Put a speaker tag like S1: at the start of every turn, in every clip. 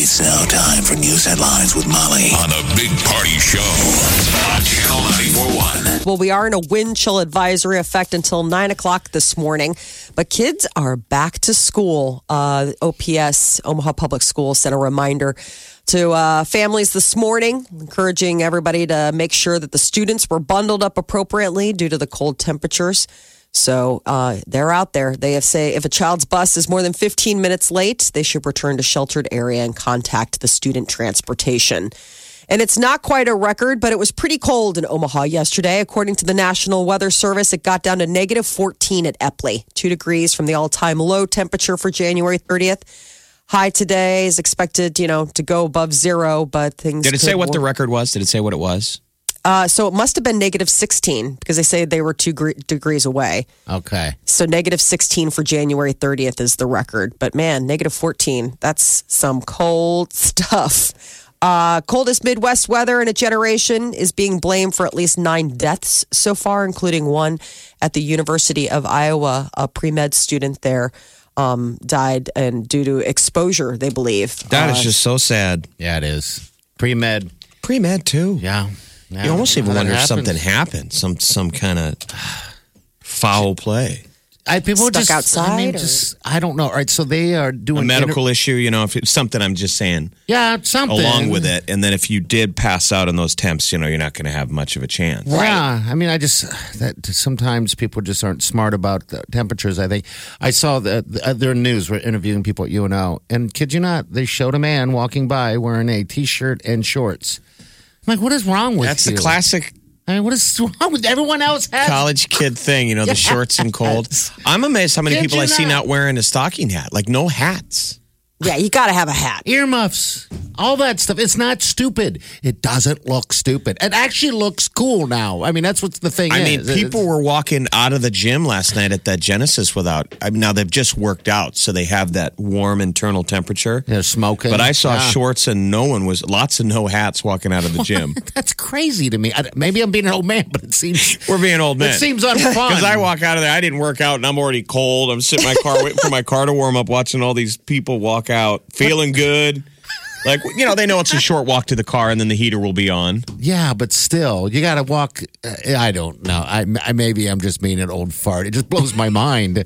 S1: It's now time for news headlines with Molly on a big party show on Channel 941.
S2: Well, we are in a wind chill advisory effect until nine o'clock this morning, but kids are back to school. Uh, OPS, Omaha Public Schools, sent a reminder to uh, families this morning, encouraging everybody to make sure that the students were bundled up appropriately due to the cold temperatures. So uh, they're out there. They have say if a child's bus is more than 15 minutes late, they should return to sheltered area and contact the student transportation. And it's not quite a record, but it was pretty cold in Omaha yesterday. According to the National Weather Service, it got down to negative 14 at Epley, two degrees from the all time low temperature for January 30th. High today is expected, you know, to go above zero, but things.
S3: Did it
S2: could
S3: say what
S2: wor-
S3: the record was? Did it say what it was?
S2: Uh, so it must have been negative 16 because they say they were two gre- degrees away.
S4: Okay.
S2: So negative 16 for January 30th is the record. But man, negative 14, that's some cold stuff. Uh, coldest Midwest weather in a generation is being blamed for at least nine deaths so far, including one at the University of Iowa. A pre med student there um, died and due to exposure, they believe. Uh,
S3: That is just so sad.
S4: Yeah, it is. Pre med.
S3: Pre med too.
S4: Yeah.
S3: You almost even
S4: That
S3: wonder if
S4: happens.
S3: something happened, some some kind of foul play,
S4: I, people
S2: Stuck
S4: just, I
S2: outside
S4: mean,
S2: or-
S4: just, I don't know. All right. So they are doing
S3: a
S4: inter-
S3: medical issue. You know, if it's something, I'm just saying
S4: yeah, something.
S3: along with it. And then if you did pass out on those temps, you know, you're not going to have much of a chance.
S4: Yeah, I mean, I just that sometimes people just aren't smart about the temperatures. I think I saw the, the uh, their news were interviewing people at UNO, and kid you not, they showed a man walking by wearing a t-shirt and shorts. I'm like, what is wrong with
S3: That's
S4: you?
S3: the classic
S4: I mean, what is wrong with everyone else? Has
S3: college kid thing, you know, the shorts and cold. I'm amazed how many
S4: Kid
S3: people
S4: you
S3: I see
S4: not.
S3: not wearing a stocking hat, like no hats.
S2: Yeah, you got to have a hat.
S4: earmuffs, all that stuff. It's not stupid. It doesn't look stupid. It actually looks cool now. I mean, that's what the thing
S3: I mean,
S4: is. It's-
S3: people were walking out of the gym last night at that Genesis without. I mean, now they've just worked out, so they have that warm internal temperature.
S4: they're smoking.
S3: But I saw
S4: Yeah.
S3: shorts and no one was, lots of no hats walking out of the gym.
S4: That's crazy to me. I, maybe I'm being an old man, but it seems
S3: We're being old men.
S4: It seems unfun.
S3: Because I walk out of there, I didn't work out and I'm already cold. I'm sitting in my car waiting for my car to warm up, watching all these people walk out, feeling good. Like, you know, they know it's a short walk to the car and then the heater will be on.
S4: Yeah, but still, you got to walk. uh, I don't know. I, I maybe I'm just being an old fart. It just blows my mind.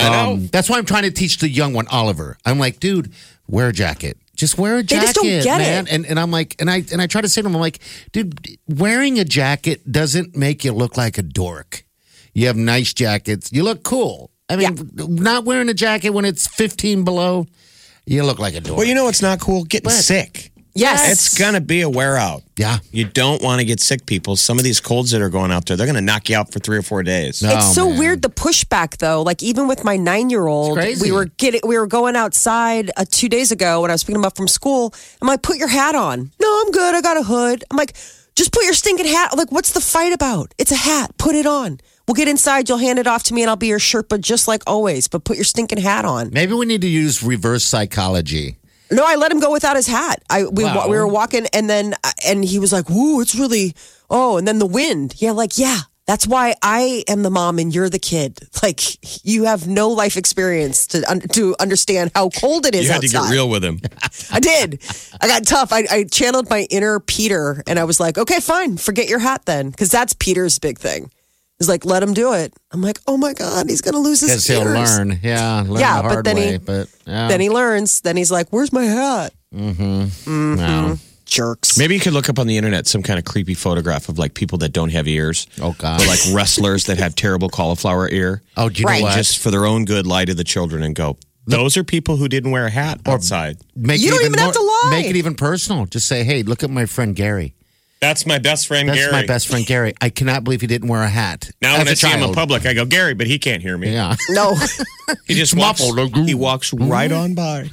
S3: know.
S4: Um, that's why I'm trying to teach the young one, Oliver. I'm like, dude, wear a jacket. Just wear a jacket,
S2: just don't get
S4: man.
S2: it.
S4: And and I'm like, and I and I try to say to him, I'm like, dude, wearing a jacket doesn't make you look like a dork. You have nice jackets. You look cool. I mean, not wearing a jacket when it's 15 below, you look like a dork.
S3: Well, you know what's not cool? Getting sick.
S2: Yes.
S3: It's going to be a wear out.
S4: yeah.
S3: You don't want to get sick, people. Some of these colds that are going out there, they're going to knock you out for three or four days.
S4: Oh,
S2: It's so
S4: man.
S2: weird the pushback though. Like even with my nine year old,
S4: It's crazy.
S2: we were getting we were going outside uh, two days ago when I was picking him up from school. I'm like, put your hat on. No, I'm good. I got a hood. I'm like, just put your stinking hat. Like, what's the fight about? It's a hat. Put it on. We'll get inside. You'll hand it off to me, and I'll be your Sherpa just like always. But put your stinking hat on.
S4: Maybe we need to use reverse psychology.
S2: No, I let him go without his hat. I we wa-
S4: Wow.
S2: we were walking, and then uh, and he was like, "Woo, it's really oh." And then the wind. Yeah, like yeah. That's why I am the mom and you're the kid. Like you have no life experience to un- to understand how cold it is
S3: you had to
S2: outside.
S3: get real with him.
S2: I did. I got tough. I, I channeled my inner Peter, and I was like, "Okay, fine. Forget your hat then," because that's Peter's big thing. He's like, "Let him do it." I'm like, "Oh my god, he's gonna lose his
S4: Because he'll
S2: ears."
S4: learn. Yeah, learn
S2: Yeah,
S4: the
S2: but
S4: hard
S2: then
S4: way.
S2: he-
S4: but yeah.
S2: Then he learns. Then he's like, "Where's my hat?" Mm-hmm.
S4: no.
S2: Jerks.
S3: Maybe you could look up on the internet some kind of creepy photograph of like people that don't have ears.
S4: Oh, God.
S3: Or like wrestlers that have terrible cauliflower ear.
S4: Oh, do you
S2: Right.
S4: know what?
S3: Just for their own good, lie to the children and go, those are people who didn't wear a hat outside.
S4: make
S2: You
S4: it
S2: don't even have to lie.
S4: Make it even personal. Just say, hey, look at my friend Gary.
S3: That's my best friend,
S4: That's
S3: Gary.
S4: my best friend Gary. I cannot believe he didn't wear a hat.
S3: Now
S4: as
S3: when
S4: a
S3: I see him in
S4: child.
S3: public, I go, Gary, but he can't hear me.
S4: Yeah.
S2: No.
S3: He just walks, he walks right on by.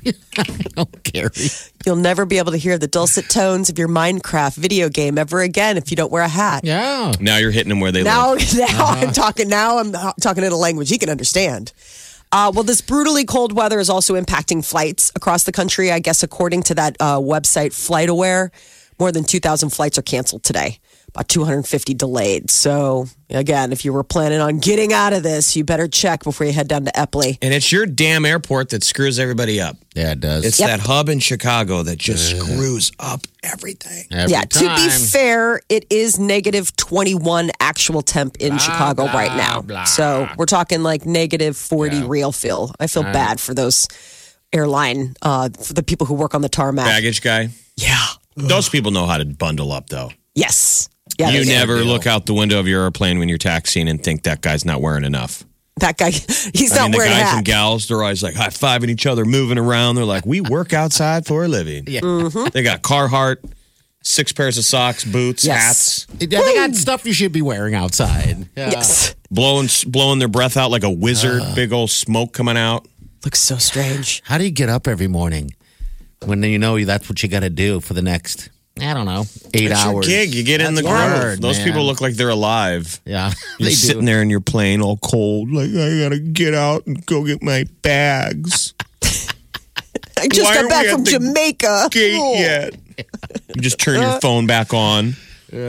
S4: oh, Gary.
S2: You'll never be able to hear the dulcet tones of your Minecraft video game ever again if you don't wear a hat.
S4: Yeah.
S3: Now you're hitting them where they live.
S2: Now, now I'm talking. Now I'm talking in a language he can understand. Uh, well, this brutally cold weather is also impacting flights across the country. I guess according to that uh, website, FlightAware, more than 2,000 flights are canceled today. About 250 delayed. So again, if you were planning on getting out of this, you better check before you head down to Epley.
S3: And it's your damn airport that screws everybody up.
S4: Yeah, it does.
S3: It's that hub in Chicago that just screws up everything.
S4: Every
S2: yeah. To be
S4: time.
S2: fair, it is negative 21 actual temp in Chicago right now. So we're talking like negative 40 real feel. I feel bad for those airline, uh, for the people who work on the tarmac.
S3: Baggage guy.
S2: Yeah.
S3: Those people know how to bundle up, though.
S2: Yes. Yeah. they
S3: you
S2: do.
S3: never look out the window of your airplane when you're taxiing and think that guy's not wearing enough.
S2: That guy, he's
S3: I
S2: not
S3: mean, the
S2: wearing a
S3: guys
S2: hat.
S3: and gals, they're always like high fiving each other, moving around. They're like, we work outside for a living.
S4: Yeah.
S2: Mm-hmm.
S3: They got Carhartt, six pairs of socks, boots,
S2: Yes.
S3: hats,
S4: They got stuff you should be wearing outside. Yeah.
S2: yes.
S3: blowing blowing their breath out like a wizard, big old smoke coming out.
S2: Looks so strange.
S4: How do you get up every morning when you know that's what you got to do for the next, I don't know, eight
S3: It's your
S4: hours?
S3: gig. You get in the
S4: That's
S3: groove.
S4: hard,
S3: Those
S4: man.
S3: people look like they're alive.
S4: Yeah.
S3: You're sitting there in your plane, all cold, like I gotta get out and go get my bags.
S2: I just
S3: Why
S2: got
S3: aren't
S2: back
S3: we
S2: from
S3: at the
S2: Jamaica.
S3: gate
S2: Oh.
S3: yet. You just turn your phone back on.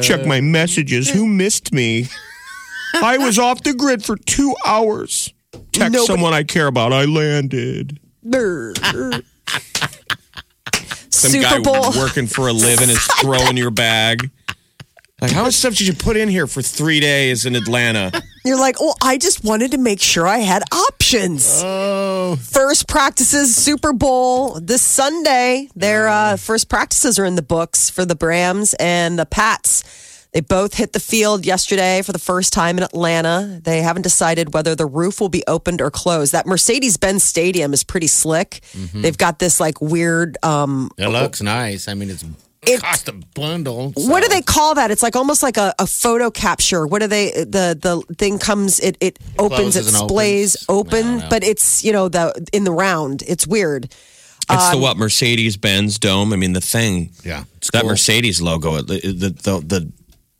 S3: Check my messages. Who missed me? I was off the grid for two hours. Text
S2: Nobody-
S3: someone I care about. I landed.
S2: Brr.
S3: Some
S2: Super
S3: guy
S2: Bowl.
S3: working for a living is throwing your bag. Like, how much stuff did you put in here for three days in Atlanta?
S2: You're like, oh, I just wanted to make sure I had options.
S4: Oh,
S2: first practices Super Bowl this Sunday. Their uh, first practices are in the books for the Brams and the Pats. They both hit the field yesterday for the first time in Atlanta. They haven't decided whether the roof will be opened or closed. That Mercedes-Benz Stadium is pretty slick. They've got this like weird um
S4: it looks nice. I mean, it's cost a bundle.
S2: what do they call that? It's like almost like a, a photo capture. What do they the the thing comes it it opens, it
S4: Closes and
S2: displays
S4: opens. I
S2: open,
S4: don't know.
S2: but it's you know the in the round. It's weird.
S3: It's
S4: Um,
S3: the what Mercedes Benz Dome. I mean, the thing.
S4: Yeah, it's
S3: that
S4: cool.
S3: Mercedes logo. It, it- the, the the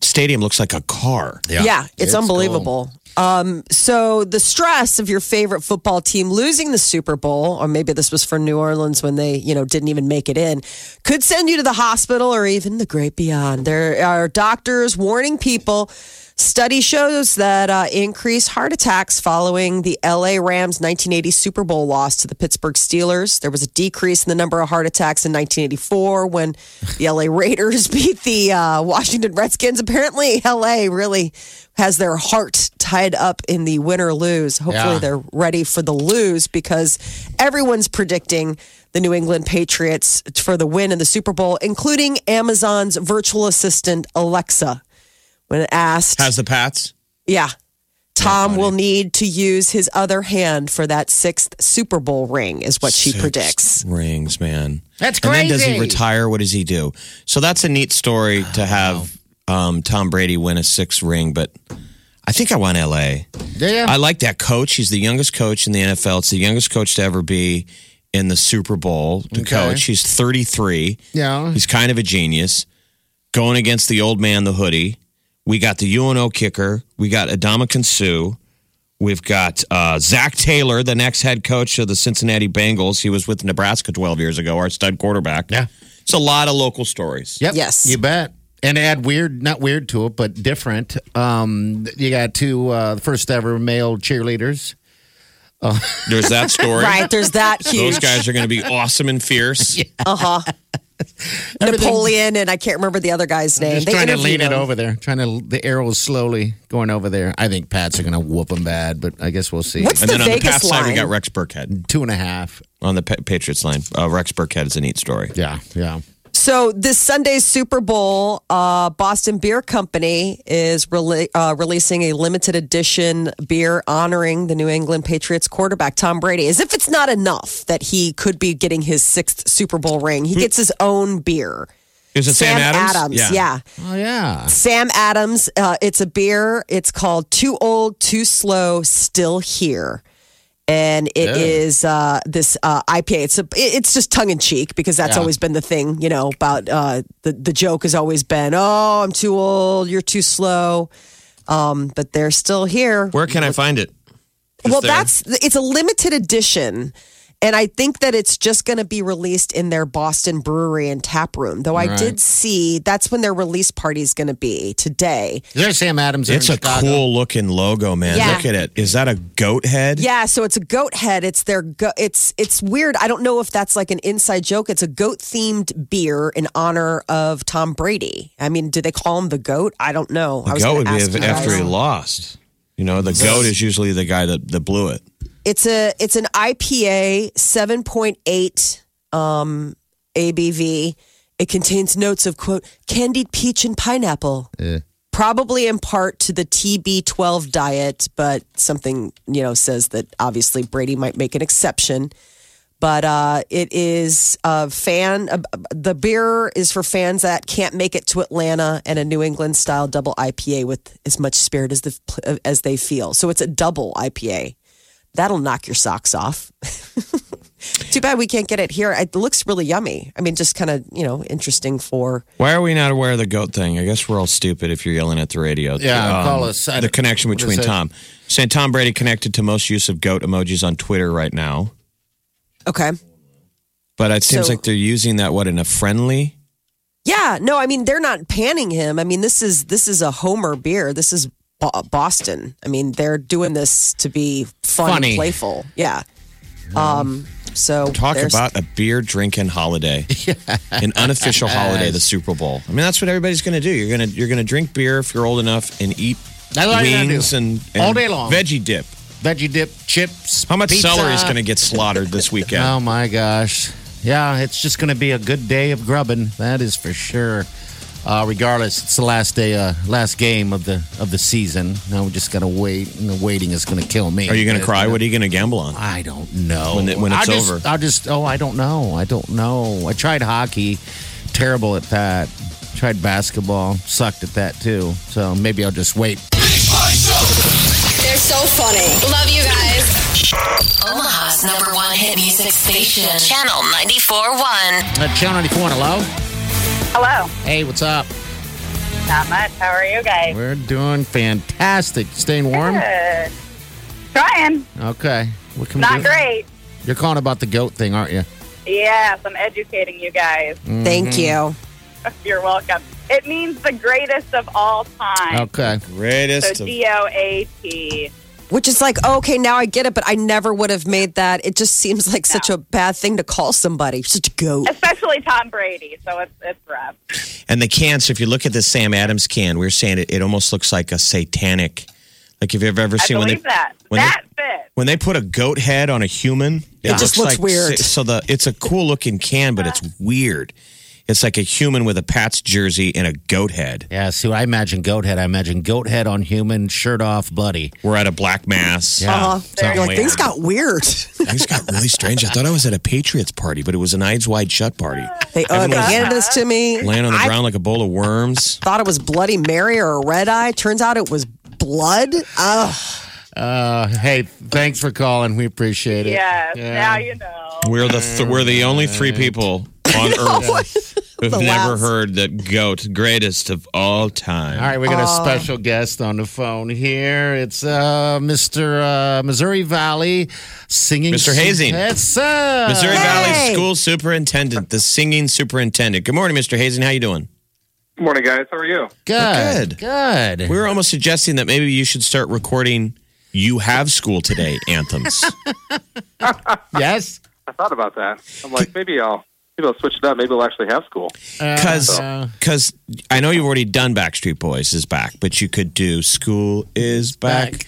S3: stadium looks like a car.
S4: Yeah,
S2: Yeah, it's, unbelievable. Um, so the stress of your favorite football team losing the Super Bowl, or maybe this was for New Orleans when they, you know, didn't even make it in, could send you to the hospital or even the great beyond. There are doctors warning people. Study shows that uh, increased heart attacks following the LA Rams 1980 Super Bowl loss to the Pittsburgh Steelers. There was a decrease in the number of heart attacks in 1984 when the LA Raiders beat the uh, Washington Redskins. Apparently, LA really has their heart tied up in the win or lose. Hopefully,
S4: Yeah.
S2: they're ready for the lose because everyone's predicting the New England Patriots for the win in the Super Bowl, including Amazon's virtual assistant, Alexa. When asked,
S3: Has the Pats.
S2: yeah. Tom will need to use his other hand for that sixth Super Bowl ring, is what she
S3: Six
S2: predicts.
S3: Rings, man.
S4: That's
S3: And then does he
S4: crazy.
S3: retire? What does he do? So that's a neat story to have um, Tom Brady win a sixth ring, but I think I want LA.
S4: Yeah.
S3: I like that coach. He's the youngest coach in the NFL. It's the youngest coach to ever be in the Super Bowl. The coach, he's 33.
S2: Mm.
S4: Yeah.
S3: He's kind of a genius. Going against the old man, the hoodie. We got the UNO kicker. We got Adama Kinsu. We've got uh, Zach Taylor, the next head coach of the Cincinnati Bengals. He was with Nebraska 12 years ago, our stud quarterback.
S4: Yeah.
S3: It's a lot of local stories.
S4: Yep.
S2: Yes.
S4: You bet. And add weird, not weird to it, but different. Um, you got two uh, the first ever male cheerleaders.
S3: There's that story.
S2: Right? There's that
S3: Those
S2: huge
S3: guys are going to be awesome and fierce.
S2: Napoleon, and I can't remember the other guy's name.
S4: Just
S2: They
S4: trying to
S2: interviewed
S4: lean it
S2: him.
S4: over there. Trying to the arrows slowly going over there. I think Pats are going to whoop them bad, but I guess we'll see.
S2: What's
S3: And
S2: the
S3: then on the
S2: Vegas
S3: Pats side, we
S2: line?
S3: got Rex Burkhead.
S4: Two and a half.
S3: On the Pa- Patriots line, uh, Rex Burkhead is a neat story.
S4: Yeah, yeah.
S2: So this Sunday's Super Bowl, uh, Boston Beer Company is rela- uh, releasing a limited edition beer honoring the New England Patriots quarterback Tom Brady. As if it's not enough that he could be getting his sixth Super Bowl ring,
S3: Hmm.
S2: he gets his own beer.
S3: Is it Sam,
S2: yeah.
S4: Oh yeah.
S2: Sam Adams. Uh, it's a beer. It's called Too Old, Too Slow, Still Here. and it
S4: Yeah.
S2: is uh, this uh, IPA. It's a, it- it's just tongue in cheek because that's
S4: Yeah.
S2: always been the thing, you know. About uh, the the joke has always been, oh, I'm too old, you're too slow, um, but they're still here.
S3: Where can I find it? Is
S2: well,
S3: there-
S2: that's it's a limited edition. And I think that it's just going to be released in their Boston brewery and tap room. Though I
S4: Right.
S2: did see that's when their release party is going to be today.
S4: Is there Sam Adams? there
S3: It's
S4: in
S3: a
S4: Chicago?
S3: cool looking logo, man.
S2: Yeah.
S3: Look at it. Is that a goat head?
S2: Yeah, so it's a goat head. It's their go- it's it's weird. I don't know if that's like an inside joke. It's a goat themed beer in honor of Tom Brady. I mean, do they call him the goat? I don't know. I
S3: The
S2: was
S3: goat
S2: gonna
S3: would be
S2: ask
S3: if-
S2: you
S3: after
S2: guys.
S3: he lost. You know, the goat is usually the guy that, that blew it.
S2: It's a it's an IPA, seven point eight um, ABV. It contains notes of quote candied peach and pineapple. Probably in part to the TB12 diet, but something you know says that obviously Brady might make an exception. But uh, it is a fan. Uh, the beer is for fans that can't make it to Atlanta, and a New England style double IPA with as much spirit as the as they feel. So it's a double IPA that'll knock your socks off. Too bad we can't get it here. It looks really yummy. I mean, just kind of, you know, interesting for.
S3: Why are we not aware of the goat thing? I guess we're all stupid if you're yelling at the radio. Um,
S4: Yeah, call us. I
S3: The
S4: don't-
S3: connection
S4: what
S3: between
S4: is it?
S3: Tom. Saying Tom Brady connected to most use of goat emojis on Twitter right now.
S2: Okay.
S3: But it seems
S2: So-
S3: like they're using that, what, in a friendly?
S2: Yeah, no, I mean, they're not panning him. I mean, this is this is a Homer beer. This is Bo- Boston. I mean, they're doing this to be fun, and
S4: Funny.
S2: playful. Yeah. Um. So
S3: Talk
S2: there's-
S3: about a beer drinking holiday, an unofficial holiday, the Super Bowl. I mean, that's what everybody's going to do. You're going to you're going to drink beer if you're old enough and eat
S4: That's what you're gonna
S3: wings
S4: do.
S3: and, and
S4: All day long.
S3: veggie dip.
S4: Veggie dip, chips.
S3: How much
S4: pizza.
S3: celery is going to get slaughtered this weekend?
S4: Oh my gosh. Yeah, it's just going to be a good day of grubbing. That is for sure. Uh, regardless, it's the last day, uh, last game of the of the season. Now we just got to wait, and the waiting is going to kill me.
S3: Are you going to cry? What are you going to gamble on?
S4: I don't know.
S3: When it- when it's
S4: I just,
S3: over.
S4: I just oh, I don't know. I don't know. I tried hockey, terrible at that. Tried basketball, sucked at that too. So maybe I'll just wait.
S5: They're so funny. Love you guys. Omaha's number one hit music station, Channel 94.1.
S4: Uh, Channel 94, hello.
S6: Hello.
S4: Hey, what's up?
S6: Not much. How are you guys?
S4: We're doing fantastic. Staying warm.
S6: Good. Trying.
S4: Okay. What can we
S6: Not
S4: do?
S6: great.
S4: You're calling about the goat thing, aren't you?
S6: Yes, I'm educating you guys.
S2: Thank you.
S6: You're welcome. It means the greatest of all time.
S4: Okay.
S3: Greatest.
S6: So
S3: of-
S6: D O A T.
S2: Which is like, oh, okay, now I get it, but I never would have made that. It just seems like such a bad thing to call somebody. Such a goat.
S6: Especially Tom Brady. So it's it's rough.
S3: and the can. So if you look at the Sam Adams can, we were saying it, it almost looks like a satanic. Like if you've ever
S6: I
S3: seen when
S6: believe
S3: they
S6: that.
S3: when
S6: that
S3: they,
S6: fits.
S3: when they put a goat head on a human, it,
S2: just looks
S3: like,
S2: weird.
S3: So the it's a cool looking can, but it's weird. It's like a human with a Pats jersey and a goat head.
S4: Yeah, see, I imagine goat head. I imagine goat head on human, shirt off, bloody.
S3: We're at a black mass.
S4: Yeah.
S2: Uh-huh.
S4: So-
S2: You're like, things got weird.
S3: Things got really strange. I thought I was at a Patriots party, but it was an eyes wide shut party.
S2: They, uh, they
S3: Everyone's-
S2: handed this to me.
S3: Laying on the
S2: I
S3: ground like a bowl of worms.
S2: thought it was Bloody Mary or a red eye. Turns out it was blood. Ugh.
S4: Uh, hey, thanks for calling. We appreciate it.
S6: Yes.
S4: Yeah.
S6: Now you know.
S3: We're the th- we're the only three people on earth who've
S2: Uh, The
S3: never
S2: last.
S3: heard that goat greatest of all time.
S4: All right, we got
S2: Uh.
S4: a special guest on the phone here. It's uh, Mr. Uh, Missouri Valley singing.
S3: Mr. Hazing.
S4: Yes, uh,
S3: Missouri Valley
S2: Hey!
S3: School Superintendent, the singing superintendent. Good morning, Mr. Hazen. How you doing?
S7: Morning, guys. How are you?
S4: Good. Good.
S3: We were almost suggesting that maybe you should start recording "You Have School Today" anthems.
S4: yes.
S7: I thought about that. I'm like, maybe I'll maybe I'll switch it up. Maybe I'll actually have school.
S4: Uh,
S3: Because because I know you've already done Backstreet Boys is back, but you could do "School Is Back."
S4: Back.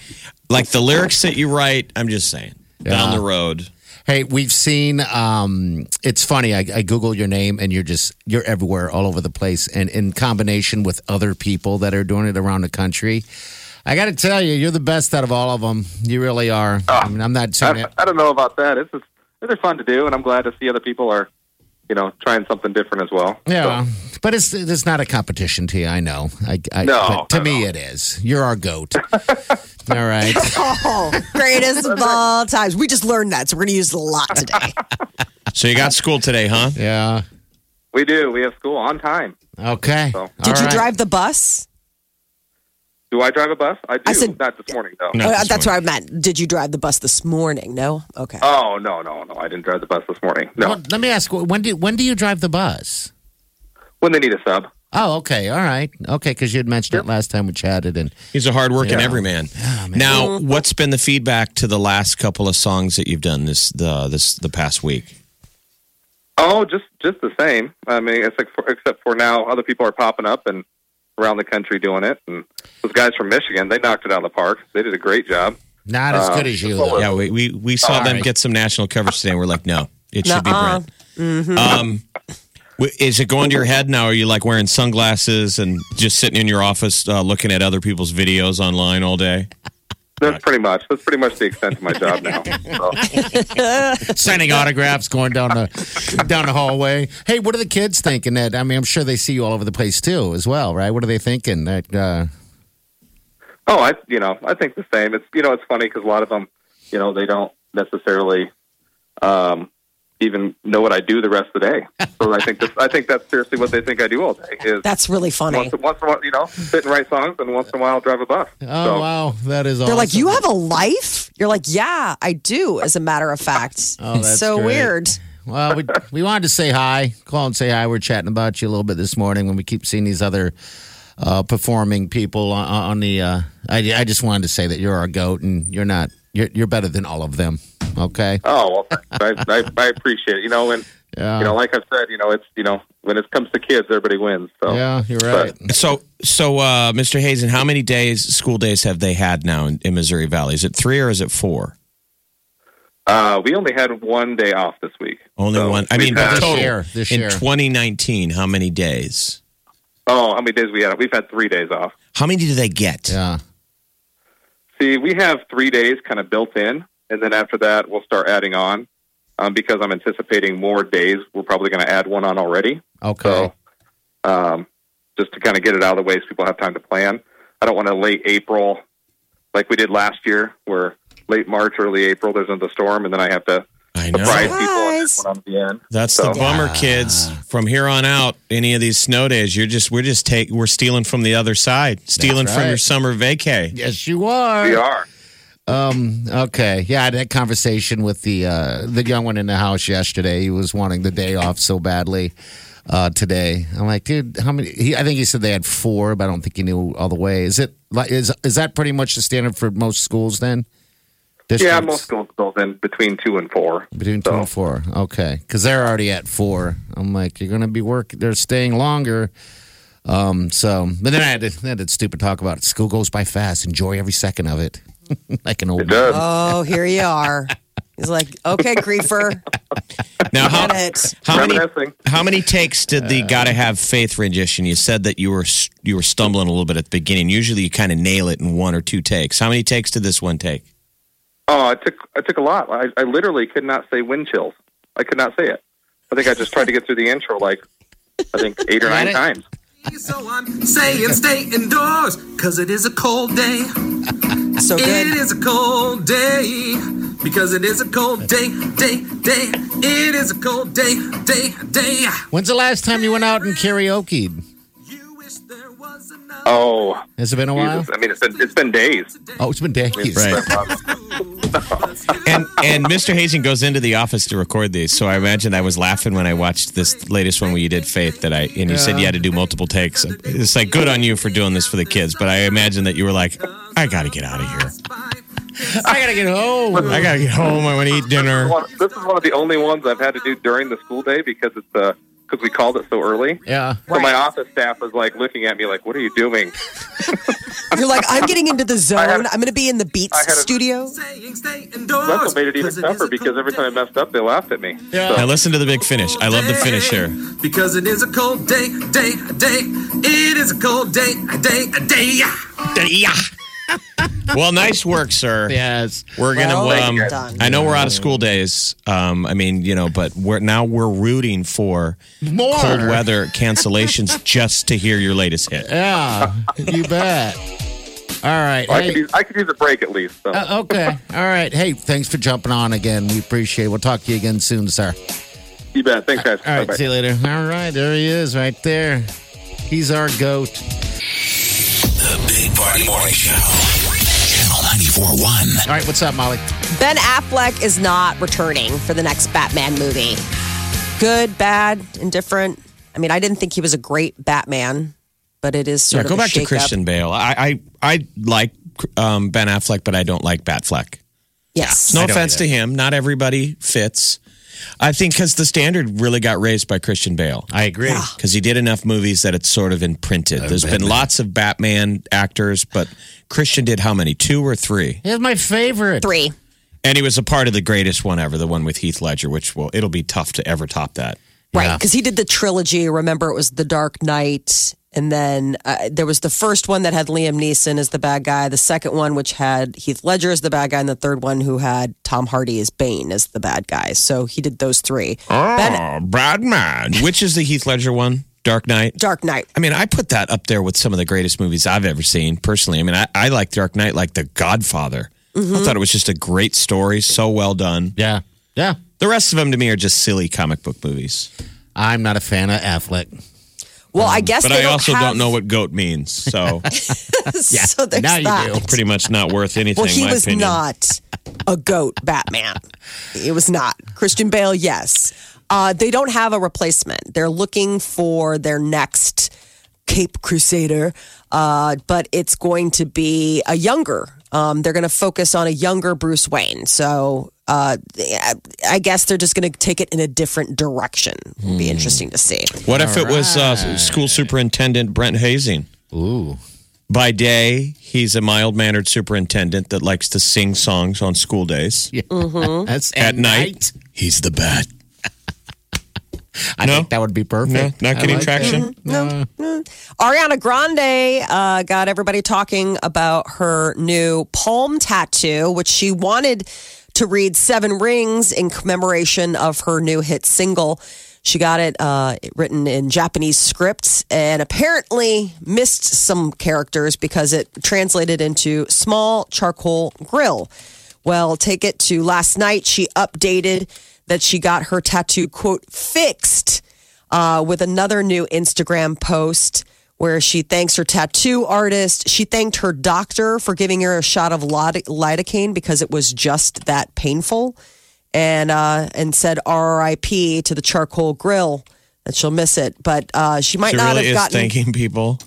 S3: Like the lyrics that you write. I'm just saying. Down the road.
S4: Hey, we've seen. Um, it's funny. I, I Google your name, and you're just you're everywhere, all over the place, and in combination with other people that are doing it around the country. I got to tell you, you're the best out of all of them. You really are.
S7: Ah.
S4: I mean, I'm not saying
S7: I,
S4: it.
S7: I don't know about that. It's just, they're fun to do, and I'm glad to see other people are, you know, trying something different as well.
S4: Yeah, But it's it's not a competition to you. I know. I, I,
S7: No,
S4: but to
S7: no,
S4: me,
S7: no.
S4: it is. You're our goat. All right.
S2: Oh, greatest of all times. We just learned that, so we're going to use it a lot today.
S3: So you got school today, huh?
S4: Yeah.
S7: We do. We have school on time.
S4: Okay.
S7: So-
S2: Did
S4: All
S2: you
S4: right.
S2: drive the bus?
S7: Do I drive a bus? I do.
S2: I said-
S7: Not this morning, though.
S3: No.
S2: Oh,
S3: this
S2: that's what I meant. Did you drive the bus this morning? No? Okay.
S7: Oh, no, no, no. I didn't drive the bus this morning. No.
S4: Well, let me ask. When do when do you drive the bus?
S7: When they need a sub.
S4: Oh, okay. All right. Okay, because you had mentioned it last time we chatted, and
S3: He's a hardworking
S4: Yeah.
S3: everyman. Now, what's been the feedback to the last couple of songs that you've done this the this the past week?
S7: Oh, just just the same. I mean, it's like for, except for now, other people are popping up and around the country doing it. And those guys from Michigan, they knocked it out of the park. They did a great job.
S4: not as
S7: Uh,
S4: good as you. Though.
S3: Yeah, we we, we saw them get some national coverage today. and We're like, no, it should be
S2: Nuh-uh.
S3: Brent. Um, w- is it going to your head now? Are you like wearing sunglasses and just sitting in your office uh, looking at other people's videos online all day?
S7: That's pretty much that's pretty much the extent of my job now. So,
S4: Signing autographs, going down the down the hallway. Hey, what are the kids thinking? That I mean, I'm sure they see you all over the place too, as well, right? What are they thinking? That uh,
S7: oh, I you know I think the same. It's you know it's funny because a lot of them, you know, they don't necessarily um, even know what I do the rest of the day. So I think this, I think that's seriously what they think I do all day is
S2: That's really funny.
S7: once, once in a while, you know, sit and write songs, and once in a while drive a bus.
S4: oh
S7: so,
S4: wow, that is.
S2: They're like, you have a life? You're like, yeah, I do, as a matter of fact.
S4: Oh, that's
S2: so
S4: great.
S2: weird.
S4: Well, we, we wanted to say hi, call and say hi. We are chatting about you a little bit this morning when we keep seeing these other uh, performing people on, on the. Uh, I, I just wanted to say that you're our goat, and you're not. You're, you're better than all of them. Okay.
S7: Oh, well, thanks. I, I, I appreciate it. You know, and
S4: Yeah.
S7: you know, like I've said, you know, it's you know, when it comes to kids, everybody wins. So
S4: yeah, you're right.
S3: So so uh, Mr. Hazen, how many days school days have they had now in, in Missouri Valley? Is it three or is it four?
S7: uh, we only had one day off this week.
S3: Only
S7: So
S3: one. I
S7: we've
S3: mean,
S7: had-
S4: this
S3: total
S4: year, this
S3: in
S4: year.
S3: 2019, how many days?
S7: oh, how many days we had? We've had three days off.
S3: How many do they get?
S4: Yeah.
S7: See, we have three days kind of built in, and then after that, we'll start adding on um, because I'm anticipating more days. We're probably going to add one on already.
S4: Okay.
S7: So, um, just to kind of get it out of the way, so people have time to plan. I don't want to late April, like we did last year, where late March, early April, there's another storm, and then I have to
S3: I know.
S7: surprise people on
S2: Surprise.
S7: this one on the end.
S3: That's
S7: So-
S3: the bummer, kids. From here on out, any of these snow days, you're just we're just take we're stealing from the other side, stealing
S4: That's
S3: from
S4: right.
S3: your summer vacay.
S4: Yes, you are.
S7: We are.
S4: Um. Okay. Yeah, I had that conversation with the uh, the young one in the house yesterday. He was wanting the day off so badly. Uh, today, I'm like, dude, how many? He, I think he said they had four, but I don't think he knew all the way. Is it like is is that pretty much the standard for most schools then?
S7: Yeah,
S4: Districts?
S7: most schools built in between two and four.
S3: Mm-hmm.
S4: between two
S7: so.
S4: and four. Okay, because they're already at four. I'm like, you're gonna be work. They're staying longer. Um. So, but then I had, to, I had that stupid talk about it. school goes by fast. Enjoy every second of it, like an old.
S7: It does.
S2: Oh, here you are. He's like, okay, griefer,
S4: Oh.
S3: Now,
S2: get
S3: how,
S2: it.
S3: how many
S7: Reminiscing.
S3: how many takes did the "Gotta Have Faith" rendition? You said that you were s- you were stumbling a little bit at the beginning. Usually, you kind of nail it in one or two takes. How many takes did this one take?
S7: Oh, it took it took a lot. I, I literally could not say wind chills. I could not say it. I think I just tried to get through the intro like I think eight or nine
S4: it?
S7: times.
S8: So I'm saying stay indoors, cause it is a cold day.
S2: So
S8: It
S2: good.
S8: is a cold day. Because it is a cold day, day, day. It is a cold day, day, day.
S4: When's the last time you went out and karaoke?
S8: You wish there was another
S7: Oh,
S4: Has it been a while?
S7: Jesus. I mean, it's been it's been days.
S4: Oh, it's been days.
S3: And and Mr. Hazen goes into the office to record these, so I imagine I was laughing when I watched this latest one where you did Faith that I and you said you had to do multiple takes. It's like good on you for doing this for the kids, but I imagine that you were like, I gotta get out of here.
S8: spite.
S4: I gotta get home.
S3: I gotta get home. I want to eat dinner.
S7: One- This is one of the only ones I've had to do during the school day because it's uh 'cause because we called it so early.
S4: Yeah.
S7: So my office staff was like looking at me like, "What are you doing?"
S2: You're like, I'm getting into the zone.
S7: had-
S2: I'm going to be in the Beats
S7: I had a-
S2: studio.
S8: Saying stay indoors.
S7: That's what made it even
S8: 'cause is
S7: tougher
S8: a
S7: because every time I
S8: cold
S7: messed up, they laughed at me.
S3: Now listen to the big finish. I love the finish here.
S8: day. Because it is a cold day, day, day. It is a cold day, day, day.
S3: Yeah. Well, nice work, sir.
S4: Yes.
S3: We're gonna.
S2: Well
S3: um,
S2: done.
S3: I know we're out of school days. Um, I mean, you know, but we're now we're rooting for
S4: More.
S3: cold weather cancellations just to hear your latest hit.
S4: Yeah, you bet. All right.
S7: I
S4: hey-
S7: could use, I could use a break at least. So.
S4: Uh, okay. All right. Hey, thanks for jumping on again. We appreciate it. We'll talk to you again soon, sir.
S7: you bet. Thanks, guys.
S4: Uh, All right.
S7: Bye-bye.
S4: See you later. All right. There he is right there. He's our goat.
S1: The Big Party Morning Show. Channel 94.1.
S4: All right. What's up, Molly?
S2: Ben Affleck is not returning for the next Batman movie. Good, bad, indifferent. I mean, I didn't think he was a great Batman, but it is sort
S3: Yeah,
S2: of
S3: go
S2: a
S3: back to
S2: shakeup.
S3: Christian Bale. I I, I like um, Ben Affleck, but I don't like Batfleck.
S2: Yes.
S3: No
S4: don't
S3: offense to him. Not everybody fits. I think because the standard really got raised by Christian Bale.
S4: I Ah. agree.
S3: Because he did enough movies that it's sort of imprinted. There's been lots of Batman actors, but Christian did how many? Two or three?
S4: He's my favorite.
S2: Three.
S3: And he was a part of the greatest one ever, the one with Heath Ledger, which will it'll be tough to ever top that.
S2: Right, because he did the trilogy. Remember, it was The Dark Knight, and then uh, there was the first one that had Liam Neeson as the bad guy, the second one which had Heath Ledger as the bad guy, and the third one who had Tom Hardy as Bane as the bad guy. So he did those three. Ben-
S3: Oh, Batman! Which is the Heath Ledger one? Dark Knight.
S2: Dark Knight.
S3: I mean, I put that up there with some of the greatest movies I've ever seen personally. I mean, I, I like Dark Knight like The Godfather.
S2: Mm-hmm.
S3: I thought it was just a great story, so well done.
S4: Yeah. Yeah.
S3: The rest of them to me are just silly comic book movies.
S4: I'm not a fan of Affleck.
S2: Well, I guess.
S3: But
S2: they
S3: I also
S2: have-
S3: don't know what goat means. So
S2: so there's
S4: now you
S2: that.
S4: do.
S3: pretty much not worth anything.
S2: Well, he
S3: in my
S2: was
S3: opinion.
S2: not a goat Batman. it was not. Christian Bale, yes. Uh, they don't have a replacement. They're looking for their next Cape Crusader, uh, but it's going to be a younger. Um, they're going to focus on a younger Bruce Wayne. So uh, I guess they're just going to take it in a different direction. It'll be interesting to see.
S3: What if it was uh, school superintendent Brent Hazing?
S4: Ooh.
S3: By day, he's a mild mannered superintendent that likes to sing songs on school days.
S4: Mm-hmm. That's
S3: At night, he's the bat.
S4: I
S3: No.
S4: think that would be perfect.
S3: No, not
S4: I
S3: getting
S4: like
S3: traction.
S2: Mm-hmm.
S4: it. No.
S2: Ariana Grande uh, got everybody talking about her new palm tattoo, which she wanted to read Seven Rings in commemoration of her new hit single. She got it uh, written in Japanese script and apparently missed some characters because it translated into small charcoal grill. Well, take it to last night. She updated that she got her tattoo, quote, fixed uh, with another new Instagram post where she thanks her tattoo artist. She thanked her doctor for giving her a shot of lid- lidocaine because it was just that painful, and uh, and said R.I.P. to the charcoal grill that she'll miss it. But uh, she might
S3: She
S2: not
S3: really is
S2: have gotten.
S3: thanking people.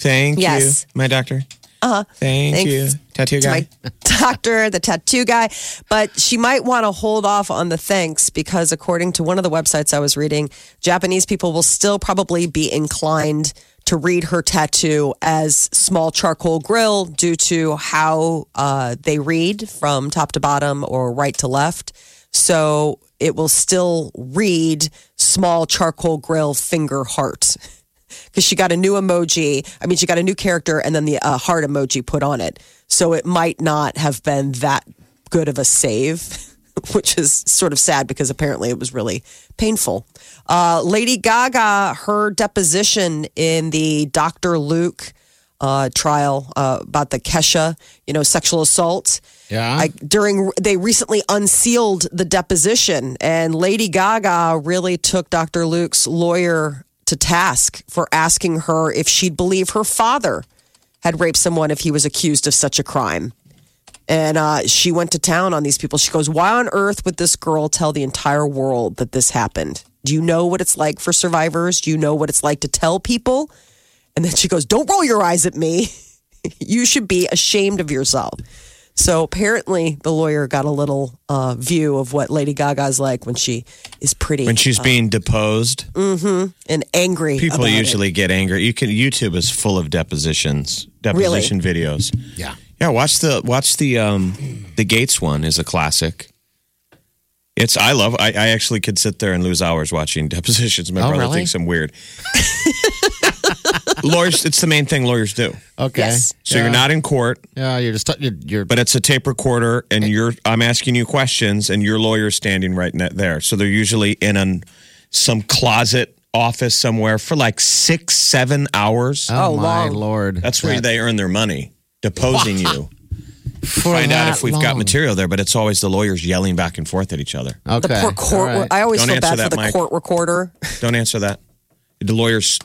S3: Thank
S2: Yes. Uh-huh.
S3: you, my doctor. Uh huh. Thank
S2: Thanks
S3: you, tattoo
S2: to
S3: guy.
S2: my doctor, the tattoo guy. But she might want to hold off on the thanks because, according to one of the websites I was reading, Japanese people will still probably be inclined to read her tattoo as small charcoal grill due to how uh, they read from top to bottom or right to left. So it will still read small charcoal grill finger heart because she got a new emoji. I mean, she got a new character and then the uh, heart emoji put on it. So it might not have been that good of a save, which is sort of sad because apparently it was really painful. Uh, Lady Gaga, her deposition in the Dr. Luke uh, trial uh, about the Kesha, you know, sexual assault.
S4: Yeah.
S2: I, during they recently unsealed the deposition, and Lady Gaga really took Dr. Luke's lawyer to task for asking her if she'd believe her father had raped someone if he was accused of such a crime. And uh, she went to town on these people. She goes, Why on earth would this girl tell the entire world that this happened? Do you know what it's like for survivors? Do you know what it's like to tell people? And then she goes, Don't roll your eyes at me. you should be ashamed of yourself. So apparently, the lawyer got a little uh, view of what Lady Gaga's like when she is pretty
S3: When she's being deposed,
S2: and angry.
S3: people
S2: about Uh-huh. Mm, it.
S3: usually get angry. You can YouTube is full of depositions, deposition videos.
S4: Yeah.
S3: Yeah, watch the watch the um the Gates one is a classic. It's I love I, I actually could sit there and lose hours watching depositions. My
S4: Oh,
S3: brother
S4: really?
S3: thinks I'm weird. lawyers, it's the main thing lawyers do.
S4: Okay.
S2: Yes.
S3: So you're not in court,
S4: Yeah, you're just you're, you're
S3: but it's a tape recorder, and you're I'm asking you questions, and your lawyer's standing right ne- there. So they're usually in an, some closet office somewhere for like six, seven hours.
S4: oh,
S2: Oh,
S4: my
S2: long.
S4: lord.
S3: That's where they earn their money, deposing you.
S4: For
S3: Find out
S4: that
S3: if we've got
S4: long.
S3: material there, but it's always the lawyers yelling back and forth at each other.
S4: Okay.
S2: The poor court.
S4: all right.
S2: I always
S3: Don't
S2: feel bad
S3: answer
S2: for
S3: that,
S2: the
S3: Mike.
S2: court recorder.
S3: Don't answer that. The lawyers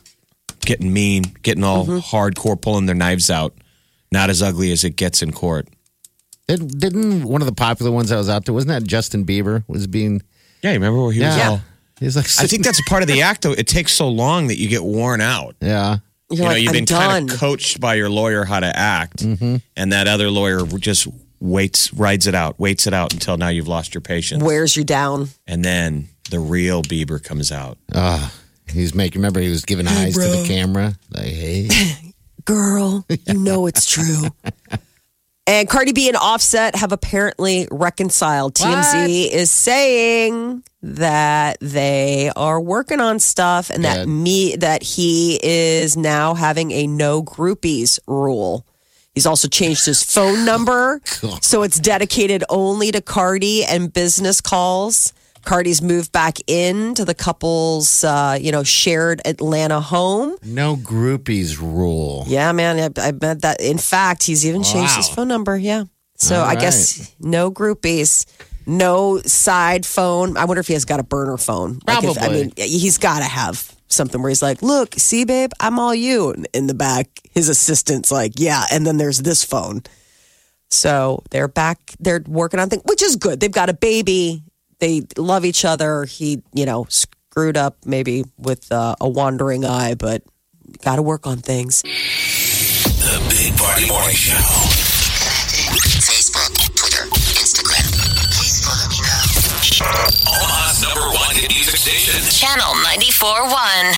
S3: getting mean, getting all
S4: Mm-hmm.
S3: hardcore, pulling their knives out. Not as ugly as it gets in court.
S4: It, didn't one of the popular ones I was out there wasn't that Justin Bieber was being
S3: Yeah, you remember where he
S4: yeah.
S3: was all.
S4: He's like
S3: I think that's a part of the act, though. It takes so long that you get worn out.
S4: yeah.
S2: You're
S3: You know,
S2: like,
S3: you've
S2: I'm
S3: been
S2: done.
S3: kind of coached by your lawyer how to act, and that other lawyer just waits, rides it out, waits it out until now you've lost your patience,
S2: Wears you down.
S3: and then the real Bieber comes out.
S4: Ah, He's making remember he was giving eyes to the camera like hey
S2: girl, you know it's true. And Cardi B and Offset have apparently reconciled. TMZ is saying that they are working on stuff and that
S4: Good.
S2: me that he is now having a no groupies rule. He's also changed his phone number, so it's dedicated only to Cardi and business calls. Cardi's moved back into the couple's, uh, you know, shared Atlanta home.
S4: no groupies rule.
S2: Yeah, man. I, I bet that. In fact, he's even changed his
S4: Wow.
S2: phone number. Yeah. So
S4: All
S2: I guess no groupies, no side phone. I wonder if he has got a burner phone. Like if- I
S4: Probably.
S2: mean, he's got to have something where he's like, "Look, see, babe, I'm all you." And in the back, his assistant's like, "Yeah," and then there's this phone. So they're back. They're working on things, which is good. They've got a baby. They love each other. He, you know, screwed up maybe with uh, a wandering eye, but got to work on things.
S1: The Big Party Morning Show.
S5: Facebook, Twitter, Instagram. Please follow me now.
S1: Omaha's number one hit music station.
S5: Channel 94.1.